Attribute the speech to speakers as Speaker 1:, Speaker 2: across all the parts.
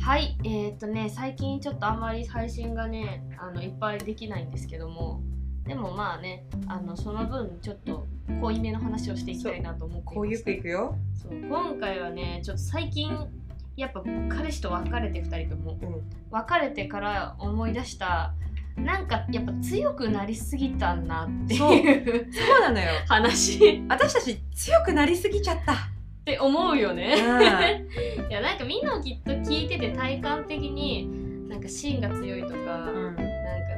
Speaker 1: はい、えーっとね、最近ちょっとあんまり配信がね、あのいっぱいできないんですけども、でもまあね、あのその分ちょっと濃いめの話をしていきたいなと思ってい
Speaker 2: こう
Speaker 1: ま
Speaker 2: ゆ
Speaker 1: し
Speaker 2: くい
Speaker 1: て、
Speaker 2: くよ。
Speaker 1: そう今回はね、ちょっと最近やっぱ彼氏と別れて2人とも、
Speaker 2: うん
Speaker 1: 別れてから思い出した。なんかやっぱ強くなりすぎたなっていう
Speaker 2: そうなのよ。
Speaker 1: 話っ
Speaker 2: 私たち強くなりすぎちゃった。
Speaker 1: て思うよね。
Speaker 2: うん
Speaker 1: いやなんかみんなをきっと聞いてて体感的になんか芯が強いとか、なんか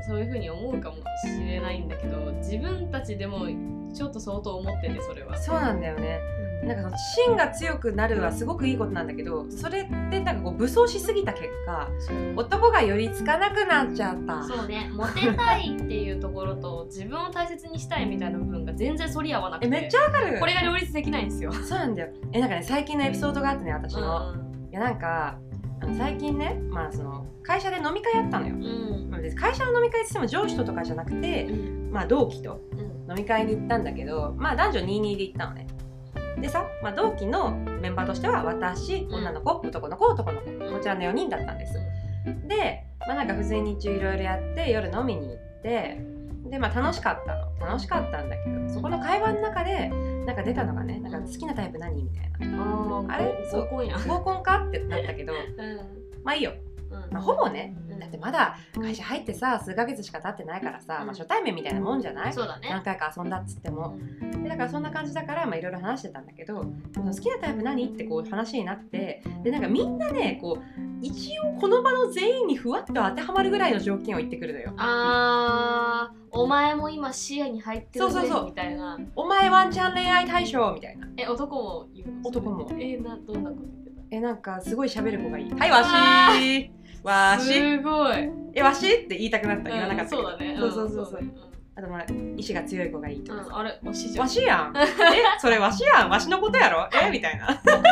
Speaker 1: そういう風に思うかもしれないんだけど自分たちでもちょっと相当思っててそれは。
Speaker 2: そうなんだよね。なんかその芯が強くなるはすごくいいことなんだけど、それってなんかこう武装しすぎた結果、男が寄りつかなくなっちゃった。
Speaker 1: そうねモテたいっていうところと自分を大切にしたいみたいな部分が全然反り合わなく
Speaker 2: え
Speaker 1: て
Speaker 2: めっちゃわかる。
Speaker 1: これが両立できないんですよ。
Speaker 2: そうなんだよ。えなんかね最近のエピソードがあってね私の。いやなんかあの最近ねまあその会社で飲み会やったのよ。
Speaker 1: うん
Speaker 2: で会社の飲み会って言っても上司ととかじゃなくて、
Speaker 1: うん
Speaker 2: まあ同期と
Speaker 1: うん
Speaker 2: 飲み会に行ったんだけどまあ男女22で行ったのねでさ、まあ、同期のメンバーとしては私
Speaker 1: ん
Speaker 2: 女の子男の子男の子こちらの4人だったんですでまあなんか普通に一応いろいろやって夜飲みに行ってでまあ楽しかったの楽しかったんだけどそこの会話の中でなんか出たのがねなんか好きなタイプ何みた いな
Speaker 1: あー
Speaker 2: あれ
Speaker 1: 合コンやん。
Speaker 2: 合コンかってなったけど
Speaker 1: うん
Speaker 2: まあいいよ、
Speaker 1: うん
Speaker 2: まあ、ほぼね
Speaker 1: うん
Speaker 2: だってまだ会社入ってさ数ヶ月しか経ってないからさ、まあ、初対面みたいなもんじゃない
Speaker 1: そうだね
Speaker 2: 何。回か遊んだっつっても
Speaker 1: うん
Speaker 2: でだからそんな感じだからまあいろいろ話してたんだけどその好きなタイプ何ってこう話になってでなんかみんなねこう一応この場の全員にふわっと当てはまるぐらいの条件を言ってくるのよ
Speaker 1: あーお前も今視野に入ってる
Speaker 2: そうそう
Speaker 1: ぜ
Speaker 2: そう
Speaker 1: みたいな
Speaker 2: お前ワンチャン恋愛対象みたいな
Speaker 1: え男も言うのそれ
Speaker 2: 男も
Speaker 1: えなどんなこと言ってた
Speaker 2: えなんかすごい喋る子がいいはいわしーわーし
Speaker 1: すごい
Speaker 2: えわしって言いたくなった言わなかったけ
Speaker 1: うん
Speaker 2: ど、
Speaker 1: そうだね
Speaker 2: そうそうそうそう
Speaker 1: うん
Speaker 2: あとまあ意志が強い子がいいと
Speaker 1: そうだねう
Speaker 2: かさ
Speaker 1: んあれおしじゃ
Speaker 2: わ
Speaker 1: ん
Speaker 2: しやんえそれわしやんわしのことやろえみたいな ま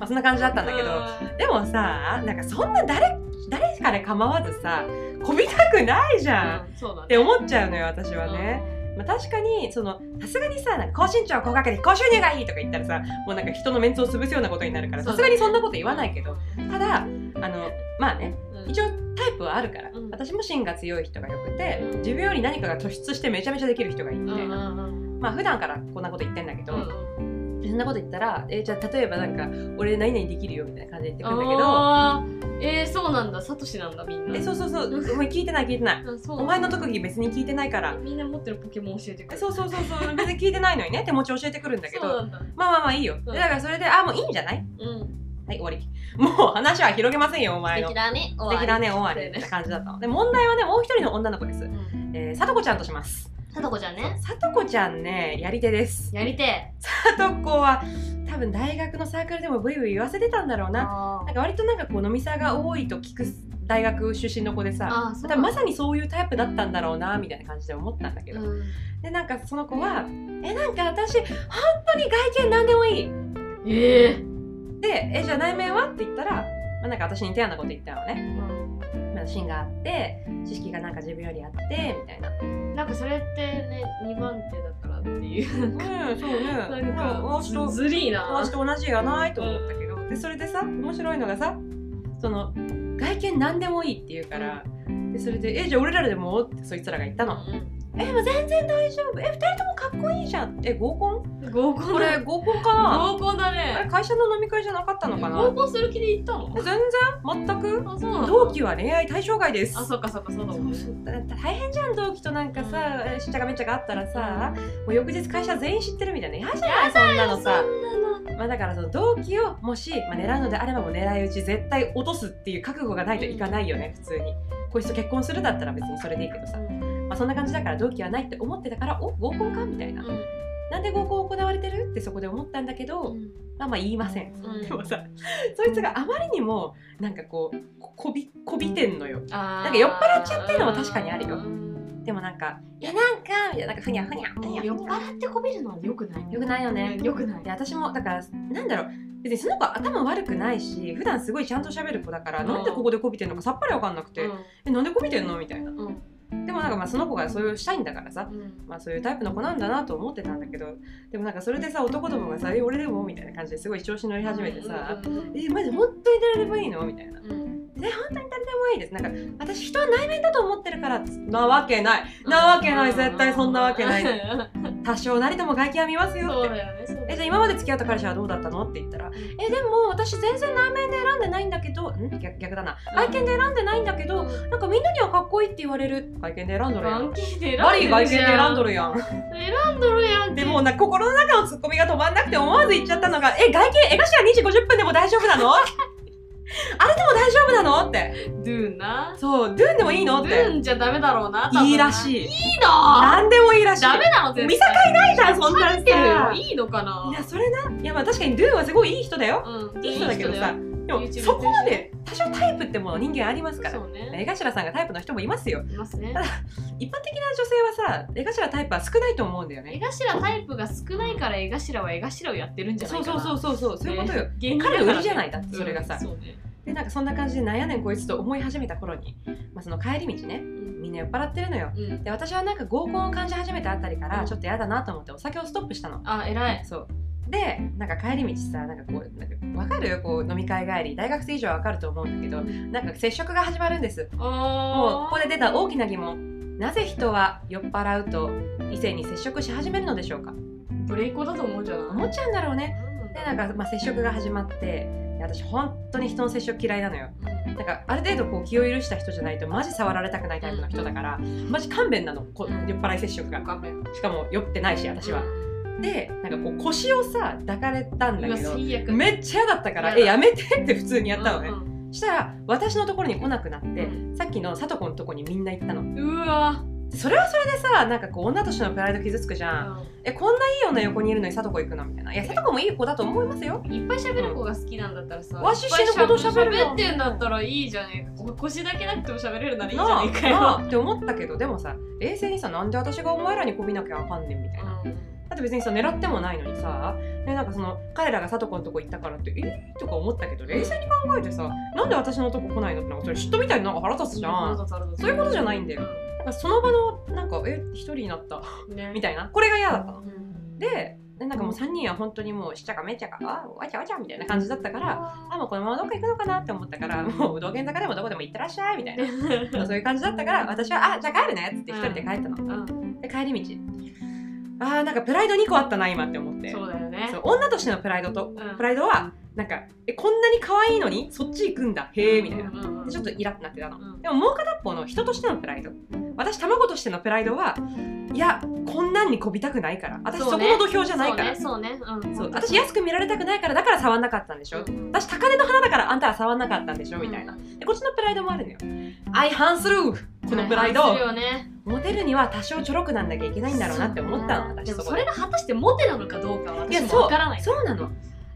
Speaker 2: あそんな感じだったんだけど
Speaker 1: うん
Speaker 2: でもさなんかそんな誰誰から構わずさこびたくないじゃんっ
Speaker 1: うんそうだね
Speaker 2: て思っちゃうのよ私はね、まあ、確かにそのさすがにさなんか高身長高学歴高収入がいいとか言ったらさもうなんか人のメンツを潰すようなことになるから
Speaker 1: そう
Speaker 2: さ
Speaker 1: だね
Speaker 2: すがにそんなこと言わないけ
Speaker 1: う
Speaker 2: ど
Speaker 1: ん
Speaker 2: ただあのまあね
Speaker 1: うん
Speaker 2: 一応タイプはあるから、
Speaker 1: うん
Speaker 2: 私も芯が強い人がよくて自分より何かが突出してめちゃめちゃできる人がいいみ
Speaker 1: うん
Speaker 2: た
Speaker 1: う
Speaker 2: い
Speaker 1: んう
Speaker 2: な、
Speaker 1: んうん
Speaker 2: まあ普段からこんなこと言ってんだけど、
Speaker 1: うん
Speaker 2: そんなこと言ったら、えじゃあ例えばなんか俺何々できるよみたいな感じで言ってくるんだけど
Speaker 1: あーえーそうなんだサトシなんだみんな
Speaker 2: えそうそうそうお前聞いてない聞いてない
Speaker 1: うんそう
Speaker 2: お前の特技別に聞いてないから
Speaker 1: みんな持ってるポケモン教えてく
Speaker 2: え
Speaker 1: れ
Speaker 2: そうそうそ うそう別に聞いてないのにね手持ち教えてくるんだけ
Speaker 1: そう
Speaker 2: ど
Speaker 1: なんだ
Speaker 2: まあまあまあいいよで
Speaker 1: うん
Speaker 2: だからそれであもういいんじゃない
Speaker 1: うん
Speaker 2: はい終わり もう話は広げませんよお前
Speaker 1: 素
Speaker 2: の
Speaker 1: 敵だね
Speaker 2: 素敵だね終わりって感じだったので問題はねもう一人の女の子ですえー、さとこちゃんとします
Speaker 1: さとこちゃんね
Speaker 2: さとこちゃんねやり手です
Speaker 1: やりてえ
Speaker 2: さとこは多分大学のサークルでもブイブイ言わせてたんだろうな
Speaker 1: あ
Speaker 2: なんか割となんかこう飲みさが多いと聞く大学出身の子でさ
Speaker 1: あーそうな
Speaker 2: 多分
Speaker 1: んだ
Speaker 2: まさにそういうタイプだったんだろうなみたいな感じで思ったんだけど、
Speaker 1: うん
Speaker 2: でなんかその子は「えなんか私本当に外見何でもいい」
Speaker 1: ええ
Speaker 2: で「えじゃあ内面は?」って言ったら、まあ、なんか私に手なこと言ったのね、まあ、芯があって知識がなんか自分よりあってみたいな
Speaker 1: なんかそれってね2番手だからっていうなんか
Speaker 2: うんそうね
Speaker 1: なん
Speaker 2: ま
Speaker 1: か
Speaker 2: あ私と
Speaker 1: ずりーな
Speaker 2: 私と同じやないと思ったけどでそれでさ面白いのがさその外見何でもいいって言うからでそれで「えじゃあ俺らでも?」ってそいつらが言ったの
Speaker 1: うん
Speaker 2: 「えもう全然大丈夫え二人ともかっこいいじゃんえ合コン
Speaker 1: 合コン
Speaker 2: これ
Speaker 1: だ
Speaker 2: 合コンかな?」
Speaker 1: 合コンだ
Speaker 2: あれ
Speaker 1: ね
Speaker 2: 会社の飲み会じゃなかったのか
Speaker 1: 合
Speaker 2: な
Speaker 1: コンする気で行ったの
Speaker 2: 全然全く
Speaker 1: あそうなの
Speaker 2: 同期は恋愛対象外です
Speaker 1: あそっかそっかそうだもんね
Speaker 2: だだ大変じゃん同期となんかさしっちゃがめっちゃがあったらさもう翌日会社全員知ってるみたいな嫌じゃないそんなのさ
Speaker 1: そんなの
Speaker 2: まあだからその同期をもし、まあ、狙うのであればもう狙い撃ち絶対落とすっていう覚悟がないといかないよね普通にこいつと結婚するだったら別にそれでいいけどさ、まあ、そんな感じだから同期はないって思ってたからお合コンかみたいななんで合コン行われてるってそこで思ったんだけど、
Speaker 1: うん
Speaker 2: まあまあ言いません、
Speaker 1: うん
Speaker 2: でもさそいつがあまりにもなんかこうここびこびてんのよ
Speaker 1: あー
Speaker 2: なんか酔っ払っちゃってるのも確かにあるよ
Speaker 1: うん
Speaker 2: でもなんか「いやなんか」みたいななんかふにゃふにゃふにゃ
Speaker 1: 酔っ払ってこびるのは良くない
Speaker 2: よくないよね
Speaker 1: 良くない
Speaker 2: で私もだからなんだろう別にその子頭悪くないし普段すごいちゃんと喋る子だから、
Speaker 1: うん
Speaker 2: なんでここでこびてんのかさっぱりわかんなくて、
Speaker 1: うん
Speaker 2: えなんでこびてんのみたいな
Speaker 1: うん
Speaker 2: でもなんかまあその子がそういうしたいんだからさ、
Speaker 1: うん
Speaker 2: まあ、そういうタイプの子なんだなと思ってたんだけどでもなんかそれでさ男どもがさ「え俺でも?」みたいな感じですごい調子乗り始めてさ「
Speaker 1: うん
Speaker 2: えマジ本当に誰でもいいの?」みたいな
Speaker 1: うん
Speaker 2: 「え本当に誰でもいいです」なんか私人は内面だと思ってるからなわけないなわけない絶対そんなわけ ない多少なりとも外見は見ますよ
Speaker 1: そう
Speaker 2: って
Speaker 1: だよねそうだよね
Speaker 2: えじゃあ今まで付き合った彼氏はどうだったのって言ったらえでも私全然内面で選んでないんだけどん逆逆だな外見で選んでないんだけどなんかみんなにはかっこいいって言われる外見で選んどるや
Speaker 1: ラン
Speaker 2: ん
Speaker 1: キーで選んでるじゃん
Speaker 2: バリー外見で選んどるやん
Speaker 1: 選んどるやん
Speaker 2: でもうなんか心の中のツッコミが止まんなくて思わず言っちゃったのが「え外見え頭2時50分でも大丈夫な の? 」あれでも大丈夫なのって
Speaker 1: ドゥンな
Speaker 2: そう「ドゥンでもいいの?」
Speaker 1: ド
Speaker 2: っ
Speaker 1: ゥ
Speaker 2: て
Speaker 1: ンじゃダメだろうな多分ない
Speaker 2: いらしい
Speaker 1: いいの
Speaker 2: 何でもいいらしい
Speaker 1: ダメなの絶対
Speaker 2: 見境ないじゃんそんなん
Speaker 1: 見てる
Speaker 2: さ
Speaker 1: よいいのかない
Speaker 2: やそれないやまあ確かにドゥンはすごいいい人だよ
Speaker 1: うん
Speaker 2: いい人だけどさでも
Speaker 1: YouTube
Speaker 2: そこまで多少タイプってもの人間ありますから
Speaker 1: そうね
Speaker 2: 江頭さんがタイプの人もいますよ
Speaker 1: いますね
Speaker 2: 一般的な女性はさ江頭タイプは少ないと思うんだよ
Speaker 1: 絵
Speaker 2: ね
Speaker 1: 頭タイプが少ないから絵頭は絵頭をやってるんじゃな
Speaker 2: そ
Speaker 1: いうか
Speaker 2: そ
Speaker 1: な
Speaker 2: うそうそうそうそういうことよ、
Speaker 1: 芸人だか
Speaker 2: 彼
Speaker 1: ら
Speaker 2: の売りじゃないだってそれがさ、
Speaker 1: うんそうね
Speaker 2: でなんかそんな感じで悩んでんこいつと思い始めた頃に、まあ、その帰り道ね
Speaker 1: うん
Speaker 2: みんな酔っ払ってるのよ
Speaker 1: うん
Speaker 2: で私はなんか合コンを感じ始めたあたりから
Speaker 1: うん
Speaker 2: ちょっと嫌だなと思ってお酒をストップしたの、
Speaker 1: あ偉い
Speaker 2: そうでなんか帰り道さなんかこうなんか分かるよこう飲み会帰り大学生以上は分かると思うんだけどなんか接触が始まるんですも
Speaker 1: も
Speaker 2: うここで出た大きな疑問なぜ人は酔っ払うと異性に接触し始めるのでしょうか
Speaker 1: ブレイクだと思うじゃない
Speaker 2: 思っちゃうんだろうねでなん
Speaker 1: か
Speaker 2: か、まあ、接触が始まってで私本当に人の接触嫌いなのよなんかある程度こう気を許した人じゃないとマジ触られたくないタイプの人だからマジ勘弁なのこ
Speaker 1: うん
Speaker 2: 酔っ払い接触が
Speaker 1: 画面
Speaker 2: しかも酔ってないし私はでなんかこう腰をさ抱かれたんだ
Speaker 1: うわ
Speaker 2: けど
Speaker 1: 最悪っ
Speaker 2: めっちゃ嫌だったから「え
Speaker 1: 嫌だ
Speaker 2: やめて」って普通に
Speaker 1: ち
Speaker 2: やったのねしたら私のところに来なくなって
Speaker 1: う
Speaker 2: さっきのさとこのとこにみんな行ったの
Speaker 1: うわ
Speaker 2: それはそれでさなんかこう女としてのプライド傷つくじゃんえこんないい女横にいるのにさとこ行くのみたいな「いやさとこもいい子だと思いますよ
Speaker 1: いっぱい喋る子が好きなんだったらさ、
Speaker 2: うんわし死ぬほど喋るよ
Speaker 1: 喋ってんだったらいいじゃねえか腰だけなくても喋れるな」らいいじ
Speaker 2: な
Speaker 1: ゃ
Speaker 2: あ
Speaker 1: ねえか
Speaker 2: な
Speaker 1: よ
Speaker 2: あって思ったけどでもさ冷静にさなんで私がお前らにこびなきゃあかんねんみたいな。だって別にさ狙ってもないのにさ、ね、なんかその彼らがさとこのとこ行ったからってえー、とか思ったけど冷静に考えてさなんで私のとこ来ないのってなんかそれ嫉妬みたいになんか腹立つじゃんそういうことじゃないんだよなんかその場のなんかえ一人になった
Speaker 1: ね
Speaker 2: み
Speaker 1: た
Speaker 2: たいなこれが嫌だったの
Speaker 1: いな
Speaker 2: ででなんかもう3人は本当にもうしちゃかめっちゃかあわちゃわちゃみたいな感じだったからあもうこのままどっか行くのかなって思ったからもう道玄坂でもどこでも行ってらっしゃいみたいなそういう感じだったから私は「あじゃあ帰るね」っつって一人で帰ったので帰り道あーなんかプライド2個あったな今って思って
Speaker 1: そうだよね
Speaker 2: そう女としてのプライドと
Speaker 1: うん
Speaker 2: プライドはなんかえこんなに可愛いのにそっち行くんだへえみたいな
Speaker 1: うんうんうん
Speaker 2: でちょっとイラってなってたの
Speaker 1: うん
Speaker 2: でももう片っぽの人としてのプライド私卵としてのプライドはいやこんなんにこびたくないから私そ
Speaker 1: そう
Speaker 2: こ
Speaker 1: ね
Speaker 2: の土俵じゃないから
Speaker 1: そうねそうねうん
Speaker 2: そう私安く見られたくないからだから触んなかったんでしょ
Speaker 1: うん
Speaker 2: 私高嶺の花だからあんたら触んなかったんでしょみたいなでこっちのプライドもあるのよ相反するこのプライド
Speaker 1: はい反するよね
Speaker 2: モテるには多少ちょろくなんなきゃいけないんだろうなって思ったの
Speaker 1: で
Speaker 2: 私
Speaker 1: も
Speaker 2: そ
Speaker 1: そ
Speaker 2: こ
Speaker 1: れ
Speaker 2: で
Speaker 1: が果たしてモテなのかどうかはい
Speaker 2: や
Speaker 1: 私も
Speaker 2: そう
Speaker 1: わからない
Speaker 2: そうなの、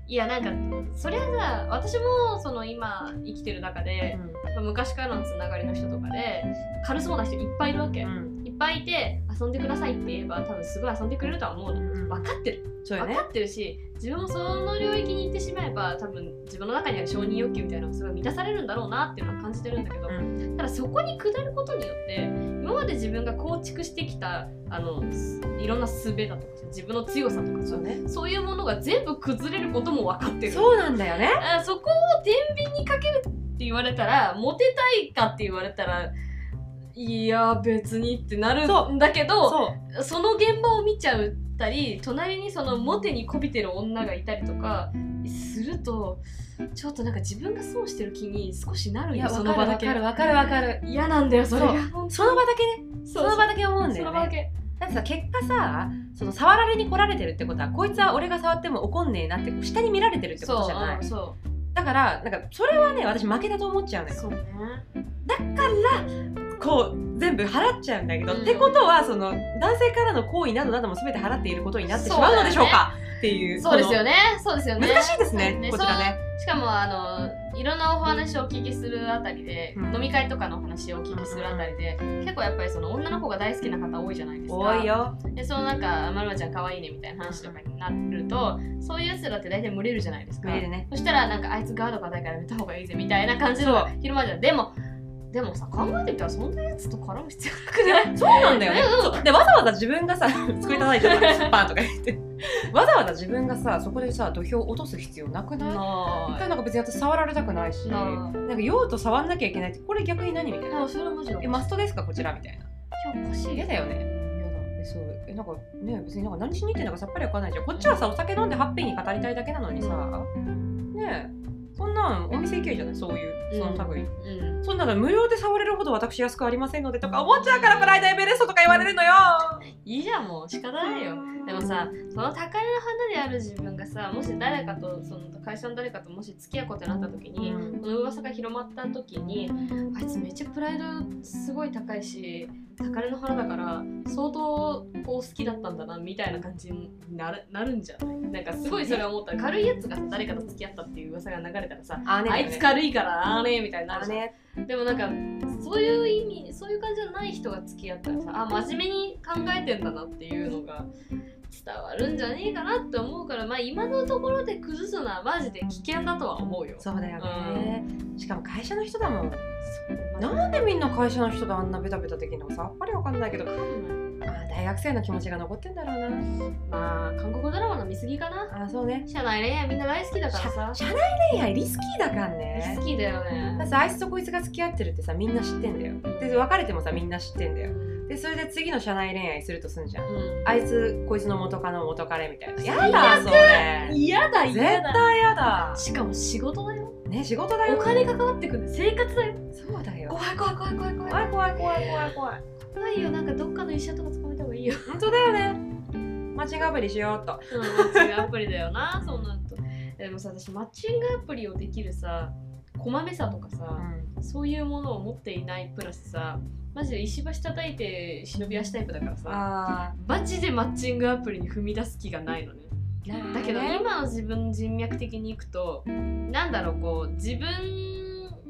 Speaker 1: いやなんかそれはさ私もその今生きてる中でまあ昔からのつながりの人とかで軽そうな人いっぱいいるわけ
Speaker 2: う
Speaker 1: い
Speaker 2: ん
Speaker 1: っぱいいて遊んでくださいって言えば多分すごい遊んでくれるとは思うの分かってる
Speaker 2: そうよ
Speaker 1: 分
Speaker 2: ね
Speaker 1: かってるし自分もその領域に行ってしまえば多分自分の中にある承認欲求みたいなのがすごい満たされるんだろうなっていうのは感じてるんだけど
Speaker 2: う
Speaker 1: ただそこに下ることによって今まで自分が構築してきたあのすいろんな術だとか自分の強さとか
Speaker 2: そ
Speaker 1: さ
Speaker 2: うね
Speaker 1: そういうものが全部崩れることも分かってる
Speaker 2: そうなんだよね
Speaker 1: あそこを天秤にかけるって言われたらモテたいかって言われたらいや別にってなる
Speaker 2: そうん
Speaker 1: だけど
Speaker 2: そ
Speaker 1: その現場を見ちゃったり隣にそのモテにこびてる女がいたりとかするとちょっとなんか自分が損してる気に少しなる
Speaker 2: う
Speaker 1: よ
Speaker 2: いや
Speaker 1: そ
Speaker 2: わ
Speaker 1: の
Speaker 2: かる
Speaker 1: 場だ
Speaker 2: わ
Speaker 1: け
Speaker 2: かるわかるわかる
Speaker 1: 嫌なんだよそれが本当
Speaker 2: その場だけね
Speaker 1: そ
Speaker 2: そうの場だけ思うんだ
Speaker 1: その
Speaker 2: よ
Speaker 1: 場だ
Speaker 2: ね
Speaker 1: け
Speaker 2: だってさ結果さその触られに来られてるってことはこいつは俺が触っても怒んねえなってこう下に見られてるってこと
Speaker 1: そ
Speaker 2: じ
Speaker 1: う
Speaker 2: ゃない
Speaker 1: うんそ
Speaker 2: だからなんかそれはね私負けだと思っちゃうの
Speaker 1: う
Speaker 2: よ
Speaker 1: そうね
Speaker 2: だからこう全部払っちゃうんだけど、
Speaker 1: うん
Speaker 2: ってことはその男性からの行為などなども全て払っていることになってしまうのでしょうかっていう
Speaker 1: そうですよ
Speaker 2: ね
Speaker 1: ねそうですよね
Speaker 2: 難しいですね
Speaker 1: ね
Speaker 2: こちらね
Speaker 1: しかもあのいろんなお話をお聞きするあたりで、
Speaker 2: うん
Speaker 1: 飲み会とかのお話をお聞きするあたりで、結構やっぱりその女の子が大好きな方多いじゃないですか
Speaker 2: 多いよ
Speaker 1: でそのなんか「まるまちゃん可愛いね」みたいな話とかになると、そういうやつらって大体群れるじゃないですか
Speaker 2: 見れるね
Speaker 1: そしたらなんかあいつガード硬いからやめた方がいいぜみたいな感じのが広まるじゃんでもでもさ考えてみたらそんなやつと絡む必要なくない
Speaker 2: そうなんだよね
Speaker 1: うん。
Speaker 2: そうでわざわざ自分がさ机叩いてさパンとか言ってわざわざ自分がさそこでさ土俵を落とす必要なくない？
Speaker 1: な
Speaker 2: なんか別に私触られたくないし、なん
Speaker 1: な
Speaker 2: か用途触んなきゃいけないってこれ逆に何みたい
Speaker 1: あ
Speaker 2: な。
Speaker 1: あそれはマジで
Speaker 2: えマストですかこちらみたいな。
Speaker 1: 今日おかしい
Speaker 2: 嫌だよね。嫌だ。えそうえなんかね別になんか何しに行ってんのかさっぱりわかんないじゃん。こっちはさお酒飲んでハッピーに語りたいだけなのにさ、ねえそんなんお店行けばいいじゃないそういうその類。
Speaker 1: うん
Speaker 2: そんなの無料で触れるほど私安くありませんのでとか思っちゃうからプライドエベレストとか言われるのよ
Speaker 1: いいじゃんもう仕方ないよでもさその高嶺の花である自分がさもし誰かとその会社の誰かともし付き合うことになった時に、
Speaker 2: うん
Speaker 1: この噂が広まった時にあいつめっちゃプライドすごい高いし高嶺の花だから相当こう好きだったんだなみたいな感じになるなるんじゃないなんかすごいそれ思った軽いやつが誰かと付き合ったっていう噂が流れたらさ
Speaker 2: あ
Speaker 1: あいつ
Speaker 2: か
Speaker 1: 軽いからあーねーみたいになるじゃん
Speaker 2: ね
Speaker 1: でもなんかそういう意味そういう感じじゃない人が付き合ったらさあ真面目に考えてんだなっていうのが伝わるんじゃねえかなって思うからまあ今のところで崩すのはマジで危険だとは思うよ。
Speaker 2: そうだよね、しかも会社の人だもん
Speaker 1: な
Speaker 2: なんでみんな会社の人とあんなベタベタできるのかさっぱりわかんないけどあー大学生の気持ちが残ってんだろうな
Speaker 1: まあ韓国ドラマの見過ぎかな
Speaker 2: あーそうね
Speaker 1: 社内恋愛みんな大好きだからさ
Speaker 2: 社内恋愛リスキーだからね
Speaker 1: 好きだよ
Speaker 2: だ
Speaker 1: ね
Speaker 2: ってさあいつとこいつが付き合ってるってさみんな知ってんだよで別れてもさみんな知ってんだよでそれで次の社内恋愛するとすんじゃん
Speaker 1: うん
Speaker 2: あいつこいつの元カノ元カレみたいなや
Speaker 1: 最
Speaker 2: だ
Speaker 1: 悪
Speaker 2: それ
Speaker 1: 嫌だ
Speaker 2: 絶
Speaker 1: 嫌だ
Speaker 2: 対やだ
Speaker 1: しかも仕事だよ
Speaker 2: ね仕事だよ
Speaker 1: お金が関わってくる生活だよ
Speaker 2: そうだよ
Speaker 1: 怖い怖い怖い怖い怖い
Speaker 2: 怖い怖い怖い怖い怖い
Speaker 1: 怖いよなんかどっかの医者とか捕まえた方がいいよ
Speaker 2: 本当だよねマッチングアプリしようっと
Speaker 1: うん、マッチングアプリだよな、そうなると。でもさ、私、マッチングアプリをできるさ、こまめさとかさ、そういうものを持っていないプラスさ、マジで石橋叩いて忍び足タイプだからさ、
Speaker 2: あ
Speaker 1: マジでマッチングアプリに踏み出す気がないのね。
Speaker 2: ー
Speaker 1: だけど、今の自分の人脈的に行くと、なんだろう、こう、自分、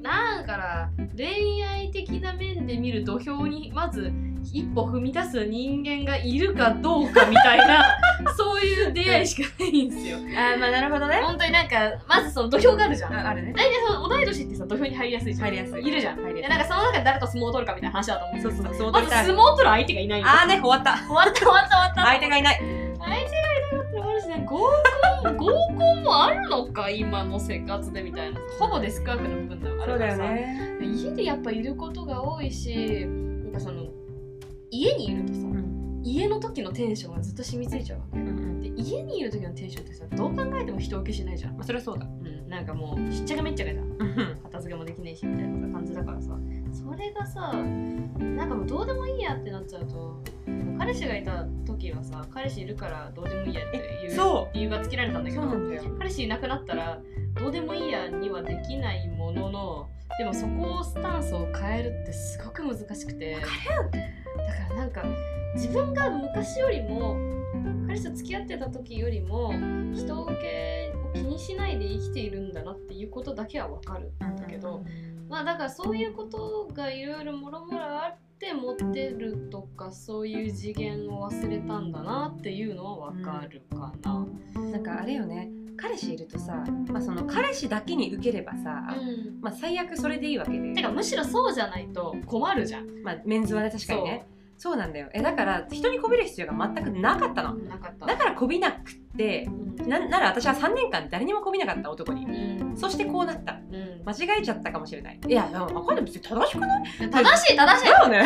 Speaker 1: なんから恋愛的な面で見る土俵にまず一歩踏み出す人間がいるかどうかみたい なそういう出会いしかないんですよ。
Speaker 2: あーまあなるほどね
Speaker 1: 本当になんかまずその土俵があるじゃん
Speaker 2: ああるね
Speaker 1: 大体その同い年ってさ土俵に入りやすいじゃん
Speaker 2: 入りやすい
Speaker 1: るじゃん
Speaker 2: 入り
Speaker 1: で
Speaker 2: や
Speaker 1: なんかその中で誰と相撲を取るかみたいな話だと思うん
Speaker 2: すい
Speaker 1: です
Speaker 2: そう
Speaker 1: けど
Speaker 2: そうそう
Speaker 1: ま
Speaker 2: 相撲
Speaker 1: ず相
Speaker 2: 取りたい
Speaker 1: 撲を取る相手がいないんだよ
Speaker 2: あーね終わった
Speaker 1: 終わった終わった終わった
Speaker 2: 相手がいない
Speaker 1: 相手がいないって思うしね合コン合コンもあるのか今の生活でみたいなほぼデスクワークの部分だよあ
Speaker 2: そう
Speaker 1: るか
Speaker 2: だ
Speaker 1: ら
Speaker 2: よ
Speaker 1: さ
Speaker 2: ね
Speaker 1: 家でやっぱいることが多いしなんかその家にいるとさ
Speaker 2: うん
Speaker 1: 家の時のテンションがずっと染みついちゃうわけ
Speaker 2: うんうん
Speaker 1: で家にいる時のテンションってさどう考えても人受けしないじゃん
Speaker 2: まあそれはそうだ
Speaker 1: うん、なんかもうしっちゃけめっちゃけじゃん
Speaker 2: うんうん
Speaker 1: 片付けもできないしみたいな感じだからさそれがさなんかもうどうでもいいやってなっちゃうと彼氏がいた時はさ彼氏いるからどうでもいいやっていう
Speaker 2: そ
Speaker 1: 理由がつけられたんだけ
Speaker 2: そ
Speaker 1: ど
Speaker 2: うなんだよ
Speaker 1: 彼氏いなくなったらどうでもいいやにはできないもののでもそこをスタンスを変えるってすごく難しくてだからなんか自分が昔よりも彼氏と付き合ってた時よりも人受けを気にしないで生きているんだなっていうことだけはわかるんだけど、まあだからそういうことがいろいろもろもろあって持ってるとかそういう次元を忘れたんだなっていうのはわかるかな。
Speaker 2: なんかあれよね彼氏いるとさまあその彼氏だけに受ければさ
Speaker 1: うん
Speaker 2: まあ最悪それでいいわけで
Speaker 1: てかむしろそうじゃないと困るじゃん。
Speaker 2: まあ、メンズはね確かにねそうなんだよえだから人にこびる必要が全くなかったの
Speaker 1: なかった。
Speaker 2: だからこびなくって
Speaker 1: うん
Speaker 2: ななら私は3年間誰にもこびなかった男に
Speaker 1: うん
Speaker 2: そしてこうなった
Speaker 1: うん
Speaker 2: 間違えちゃったかもしれないいやでも分かんない別に正しくない
Speaker 1: 正しい正しい
Speaker 2: だよね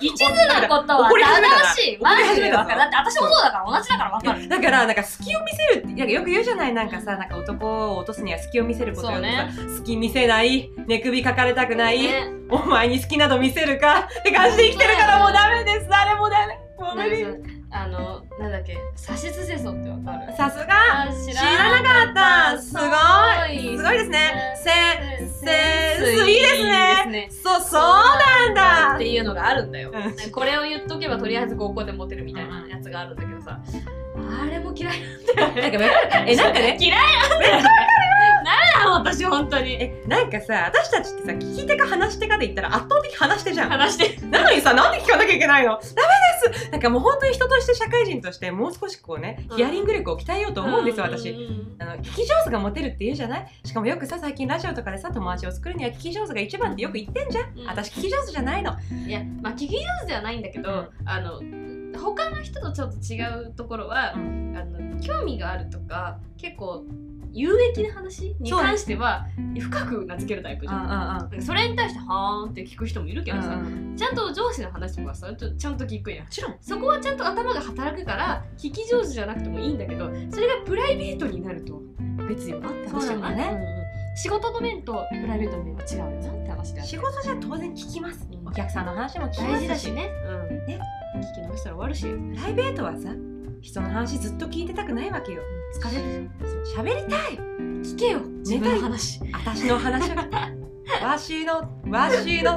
Speaker 1: 一途なことは
Speaker 2: 怒り始めたな
Speaker 1: 正しいマジでわかる
Speaker 2: 怒
Speaker 1: だって私もそうだから同じだからわかる
Speaker 2: だからなんか隙を見せるってなんかよく言うじゃないなんかさなんか男を落とすには隙を見せることよりさ、隙見せない寝首かかれたくない、
Speaker 1: ね
Speaker 2: お前に好きなど見せるかって感じで生きてるからもうダメです誰もダメもう無理
Speaker 1: なんかさあのなんだっけサシスセソってわかる
Speaker 2: さすが
Speaker 1: あ知
Speaker 2: 知らなかったすごい
Speaker 1: い
Speaker 2: すごいですね。せ、せ、
Speaker 1: スイ
Speaker 2: すいいですね。
Speaker 1: ね
Speaker 2: そう、そうなんだ
Speaker 1: っ。ていうのがあるんだよ
Speaker 2: うん
Speaker 1: これを言っとけばとりあえず合コンでモテるみたいなやつがあるんだけどさあれも嫌いなんだよね
Speaker 2: え、なんかね、
Speaker 1: 嫌いなんだよね。なんだよ私本当に。
Speaker 2: えなんかさ私たちってさ聞き手か話し手かで言ったら圧倒的話し手じゃん
Speaker 1: 話して
Speaker 2: なのにさなんで聞かなきゃいけないのダメですなんかもう本当に人として社会人としてもう少しこうねヒアリング力を鍛えようと思うんですよ私
Speaker 1: うんうん
Speaker 2: あの聞き上手がモテるって言うじゃないしかもよくさ最近ラジオとかでさ友達を作るには聞き上手が一番ってよく言ってんじゃん、
Speaker 1: うん
Speaker 2: 私聞き上手じゃないの
Speaker 1: いやまあ聞き上手ではないんだけど、あの他の人とちょっと違うところは、
Speaker 2: う
Speaker 1: あの興味があるとか結構有益な話に関しては深く名付けるタイプじゃん。
Speaker 2: あ
Speaker 1: なんかそれに対して「はーん」って聞く人もいるけどさ、
Speaker 2: も
Speaker 1: ちゃんと上司の話とかはさちょちゃんと聞くやん
Speaker 2: ちろん
Speaker 1: そこはちゃんと頭が働くから聞き上手じゃなくてもいいんだけどそれがプライベートになると別よなって話
Speaker 2: そうなんだね
Speaker 1: ようん仕事の面とプライベートの面は違うよなって話だよね
Speaker 2: 仕事じゃ当然聞きます
Speaker 1: うん
Speaker 2: お客さんの話も聞きま
Speaker 1: 大事だ
Speaker 2: す
Speaker 1: し
Speaker 2: し
Speaker 1: ね,、うん、
Speaker 2: ね
Speaker 1: 聞き逃したら終わるし
Speaker 2: プライベートはさ人の話ずっと聞いてたくないわけよ
Speaker 1: 疲れる
Speaker 2: 喋りたい
Speaker 1: 聞けよ自分の話
Speaker 2: 私の話を わしのわしの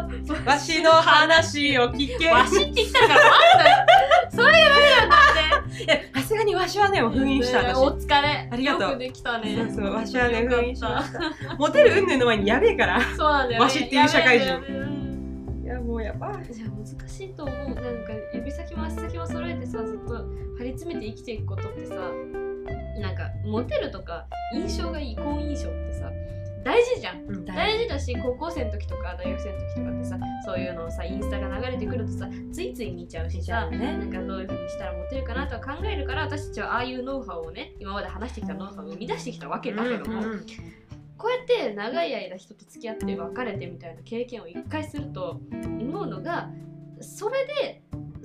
Speaker 2: わしの話を聞け
Speaker 1: わしって言ったからなんだよ それ言われるんだっ
Speaker 2: いやさすがにわしはねもう封印
Speaker 1: て
Speaker 2: した
Speaker 1: ね
Speaker 2: 私
Speaker 1: お疲れ
Speaker 2: ありがとう
Speaker 1: よくできたね
Speaker 2: そうそうわしはね
Speaker 1: よか
Speaker 2: 封
Speaker 1: っ
Speaker 2: 印したましたモテる云々の前にやべえから
Speaker 1: そうなんだよね
Speaker 2: わしっていう社会人
Speaker 1: やべえやべえうん
Speaker 2: いやもうやばい
Speaker 1: いや難しいと思うなんか指先も足先も揃えてさずっと張り詰めて生きていくことってさなんかモテるとか印象がいい好印象ってさ大事じゃん
Speaker 2: うん大
Speaker 1: 大事だし高校生の時とか大学生の時とかってさそういうのをさインスタが流れてくるとさついつい見ちゃうし
Speaker 2: 事
Speaker 1: さ
Speaker 2: だね
Speaker 1: なんかどういうふうにしたらモテるかなとか考えるから私たちはああいうノウハウをね今まで話してきたノウハウを生み出してきたわけだけども、
Speaker 2: うんうん
Speaker 1: こうやって長い間人と付き合って別れてみたいな経験を一回すると思うのがそれで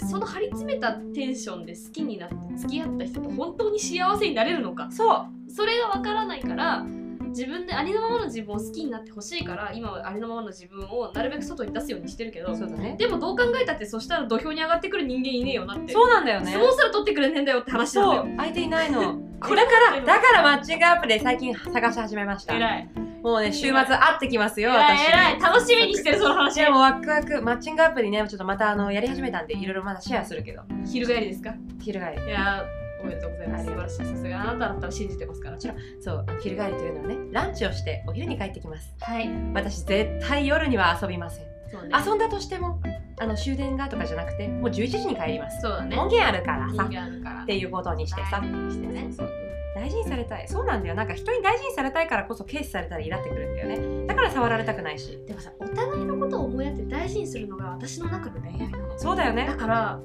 Speaker 1: その張り詰めたテンションで好きになって付き合った人と本当に幸せになれるのか
Speaker 2: そう
Speaker 1: それがわからないから自分でありのままの自分を好きになってほしいから今はありのままの自分をなるべく外に出すようにしてるけど
Speaker 2: そうだね
Speaker 1: でもどう考えたってそしたら土俵に上がってくる人間いねえよなって
Speaker 2: そうなんだよね
Speaker 1: 相撲すら取ってくれねえんだよって話なんだ
Speaker 2: そ
Speaker 1: よ
Speaker 2: う相手いない の
Speaker 1: これから
Speaker 2: だからマッチングアプリで最近探し始めました
Speaker 1: 偉い
Speaker 2: もうね週末会ってきますよ
Speaker 1: 偉い
Speaker 2: 私
Speaker 1: 偉い楽しみにしてるその話
Speaker 2: でもワクワクマッチングアプリねちょっとまたあのやり始めたんでいろいろまだシェアするけど
Speaker 1: 昼帰りですか
Speaker 2: 昼帰り
Speaker 1: いやーおめでとうございます。素晴らしい。さすがあなただったら信じてますから。
Speaker 2: そうあの昼帰りというのはねランチをしてお昼に帰ってきます
Speaker 1: はい。
Speaker 2: 私絶対夜には遊びません
Speaker 1: そうね。
Speaker 2: 遊んだとしてもあの終電がとかじゃなくてもう11時に帰ります
Speaker 1: そうだね。
Speaker 2: 音源あるから
Speaker 1: 人
Speaker 2: さ
Speaker 1: 気あるから。
Speaker 2: っていうことにしてさ、
Speaker 1: してね。
Speaker 2: そう大事にされたいそうなんだよなんか人に大事にされたいからこそ軽視されたらイラってくるんだよねだから触られたくないし
Speaker 1: でもさ、お互いのことを思いやって大事にするのが私の中の恋愛なの。
Speaker 2: そうだよね
Speaker 1: だから、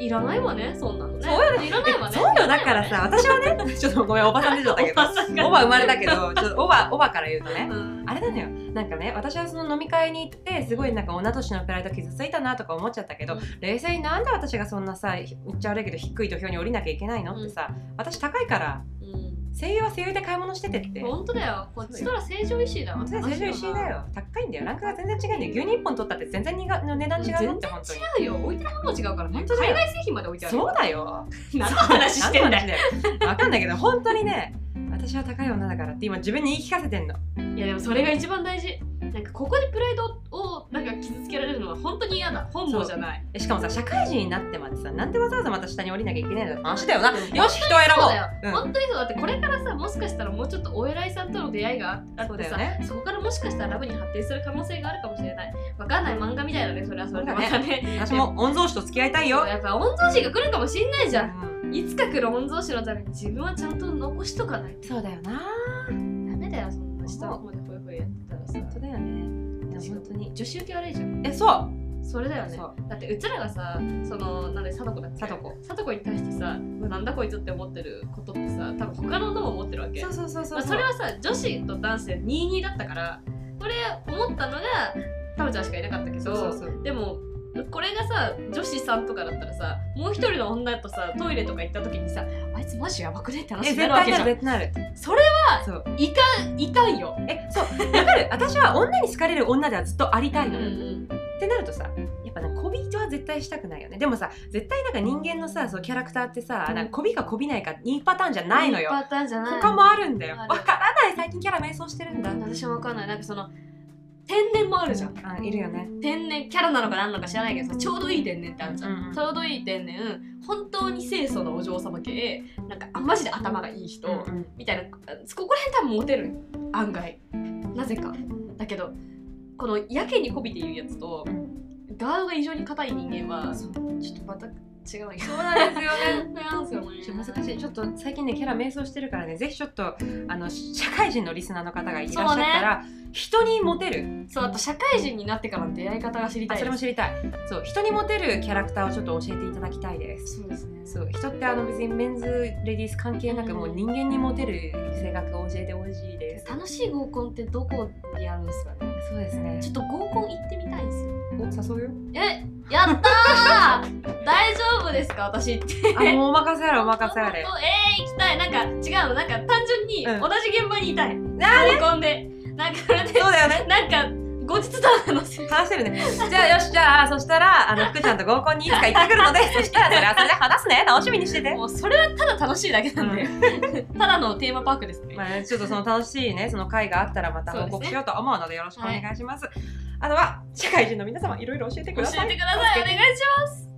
Speaker 1: いらないわね、そんなのね。
Speaker 2: そうよね
Speaker 1: いらないわね。
Speaker 2: そうよだからさ私はね ちょっとごめんおばさん出ちゃったけど
Speaker 1: おばさんが
Speaker 2: おば生まれたけどちょっとおばおばから言うとね
Speaker 1: うん。
Speaker 2: あれなのよなんかね私はその飲み会に行ってすごいなんか女としてのプライド傷ついたなとか思っちゃったけど、
Speaker 1: うん
Speaker 2: 冷静になんで私がそんなさ言っちゃ悪いけど低い土俵に降りなきゃいけないのってさ私高いから
Speaker 1: うん。
Speaker 2: 声優は声優で買い物しててって
Speaker 1: 本当だよ。こっちとら正常意志だわ。
Speaker 2: 本当だよ成城石井だ。よ高いんだよランクが全然違うんだよ牛乳1本取ったって全然にがの値段違うのって本当に
Speaker 1: 違うよ。置いてるも違うからね。
Speaker 2: 本当だ
Speaker 1: 海
Speaker 2: よ
Speaker 1: 外製品まで置いてある。
Speaker 2: そうだよ
Speaker 1: 何の話してんだよ。
Speaker 2: よ分かんないけど本当にね私は高い女だからって今自分に言い聞かせてんの
Speaker 1: いやでもそれが一番大事なんかここでプライドをなんか傷つけられるのは本当に嫌だ本望じゃない
Speaker 2: えしかもさ社会人になってまでさなんでわざわざまた下に降りなきゃいけないのって話だよな
Speaker 1: うん
Speaker 2: よし人を選
Speaker 1: そうだよ、
Speaker 2: ぼううん
Speaker 1: 本当にそうだってこれからさもしかしたらもうちょっとお偉いさんとの出会いがあ
Speaker 2: そう
Speaker 1: って
Speaker 2: だ
Speaker 1: さ
Speaker 2: よ
Speaker 1: そ,、
Speaker 2: ね
Speaker 1: こからもしかしたらラブに発展する可能性があるかもしれないわかんない漫画みたいだねそれはそれで
Speaker 2: そう
Speaker 1: ま
Speaker 2: だね
Speaker 1: たね
Speaker 2: 私も御曹司と付き合いたい
Speaker 1: そう
Speaker 2: よ
Speaker 1: やっぱ御曹司が来るかもしんないじゃ
Speaker 2: うん
Speaker 1: んいつか来る御曹司のために自分はちゃんと残しとかないと
Speaker 2: そうだよな
Speaker 1: ダメだよそんな下の方でホイホイやってたらさ
Speaker 2: 本当だよねでも本当に
Speaker 1: 女子受け悪いじゃん
Speaker 2: えそう
Speaker 1: それだよね
Speaker 2: そう
Speaker 1: だってうちらがさそのなんで貞子だっけ
Speaker 2: 貞子
Speaker 1: 貞子に対してさうわなんだこいつって思ってることってさ多分他ののも思ってるわけ
Speaker 2: そうそうそう
Speaker 1: ま
Speaker 2: そ
Speaker 1: あ
Speaker 2: う
Speaker 1: それはさ女子と男子で22だったからこれ思ったのがタムちゃんしかいなかったけど
Speaker 2: そうそうそう
Speaker 1: でもこれがさ女子さんとかだったらさもう一人の女とさトイレとか行った時にさあいつマジやばくねって話
Speaker 2: え
Speaker 1: にな
Speaker 2: 絶
Speaker 1: るわ
Speaker 2: 対
Speaker 1: け
Speaker 2: な
Speaker 1: じゃ
Speaker 2: る
Speaker 1: ん
Speaker 2: 絶対なる
Speaker 1: それ
Speaker 2: そう
Speaker 1: いかんいかんよ、
Speaker 2: えそうわかる私は女に好かれる女ではずっとありた
Speaker 1: う
Speaker 2: い
Speaker 1: んう
Speaker 2: のよ、
Speaker 1: ん、
Speaker 2: ってなるとさやっぱね媚びは絶対したくないよねでもさ絶対なんか人間のさそうキャラクターってさなんか媚びか媚びないか2パターンじゃないのよ
Speaker 1: パターンじゃない
Speaker 2: 他もあるんだよ
Speaker 1: あ
Speaker 2: わ
Speaker 1: る
Speaker 2: からない最近キャラ迷走してるんだ
Speaker 1: 私もわかんないなんかその天然もあるじゃん
Speaker 2: あいるよね
Speaker 1: 天然キャラなのか何なのか知らないけどさちょうどいい天然ってあるじゃん、
Speaker 2: うんうん
Speaker 1: ちょうどいい天然本当に清楚なお嬢様系なんかあマジで頭がいい人、
Speaker 2: うんうん
Speaker 1: みたいなあここら辺多分モテる案外なぜかだけどこのやけにこびているやつとガードが異常に硬い人間はち
Speaker 2: そう
Speaker 1: ょっとまた違うんや
Speaker 2: そうなんですよね
Speaker 1: なんすよね
Speaker 2: ちょっと難しいちょっと最近ねキャラ迷走してるからねぜひちょっとあの社会人のリスナーの方がいらっしゃったら、人にモテる
Speaker 1: そうあと社会人になってからの出会い方が知りた
Speaker 2: あ
Speaker 1: い
Speaker 2: それも知りたいそう人にモテるキャラクターをちょっと教えていただきたいです
Speaker 1: そうですね
Speaker 2: そう人ってあの別にメンズレディース関係なくもう人間にモテる性格を教えてほしいです
Speaker 1: 楽しい合コンってどこでやるんですかね
Speaker 2: そうですね
Speaker 1: ちょっと合コン行ってみたいんですよ
Speaker 2: お誘うよ
Speaker 1: えやったー大丈夫ですか私って
Speaker 2: あもうお任せあれお任せあれ
Speaker 1: 本当えー、行きたいなんか違うのなんか単純に
Speaker 2: うん
Speaker 1: 同じ現場にいたい、
Speaker 2: あ
Speaker 1: 合コンでなんかこれで
Speaker 2: そうだよね
Speaker 1: なんか後日談のせ
Speaker 2: 話してるねじゃあよしじゃあそしたらあの福ちゃんと合コンにいつか行ってくるのでそしたらそれはそれで話すね楽しみにしてて
Speaker 1: もうそれはただ楽しいだけなんで、 ただのテーマパークですね、
Speaker 2: まあね、ちょっとその楽しいね、その会があったらまた報告しようと思うのでよろしくお願いします。あとは、社会人の皆様、いろいろ教えてく
Speaker 1: 教
Speaker 2: だ
Speaker 1: え
Speaker 2: さい。
Speaker 1: てくださいお願いします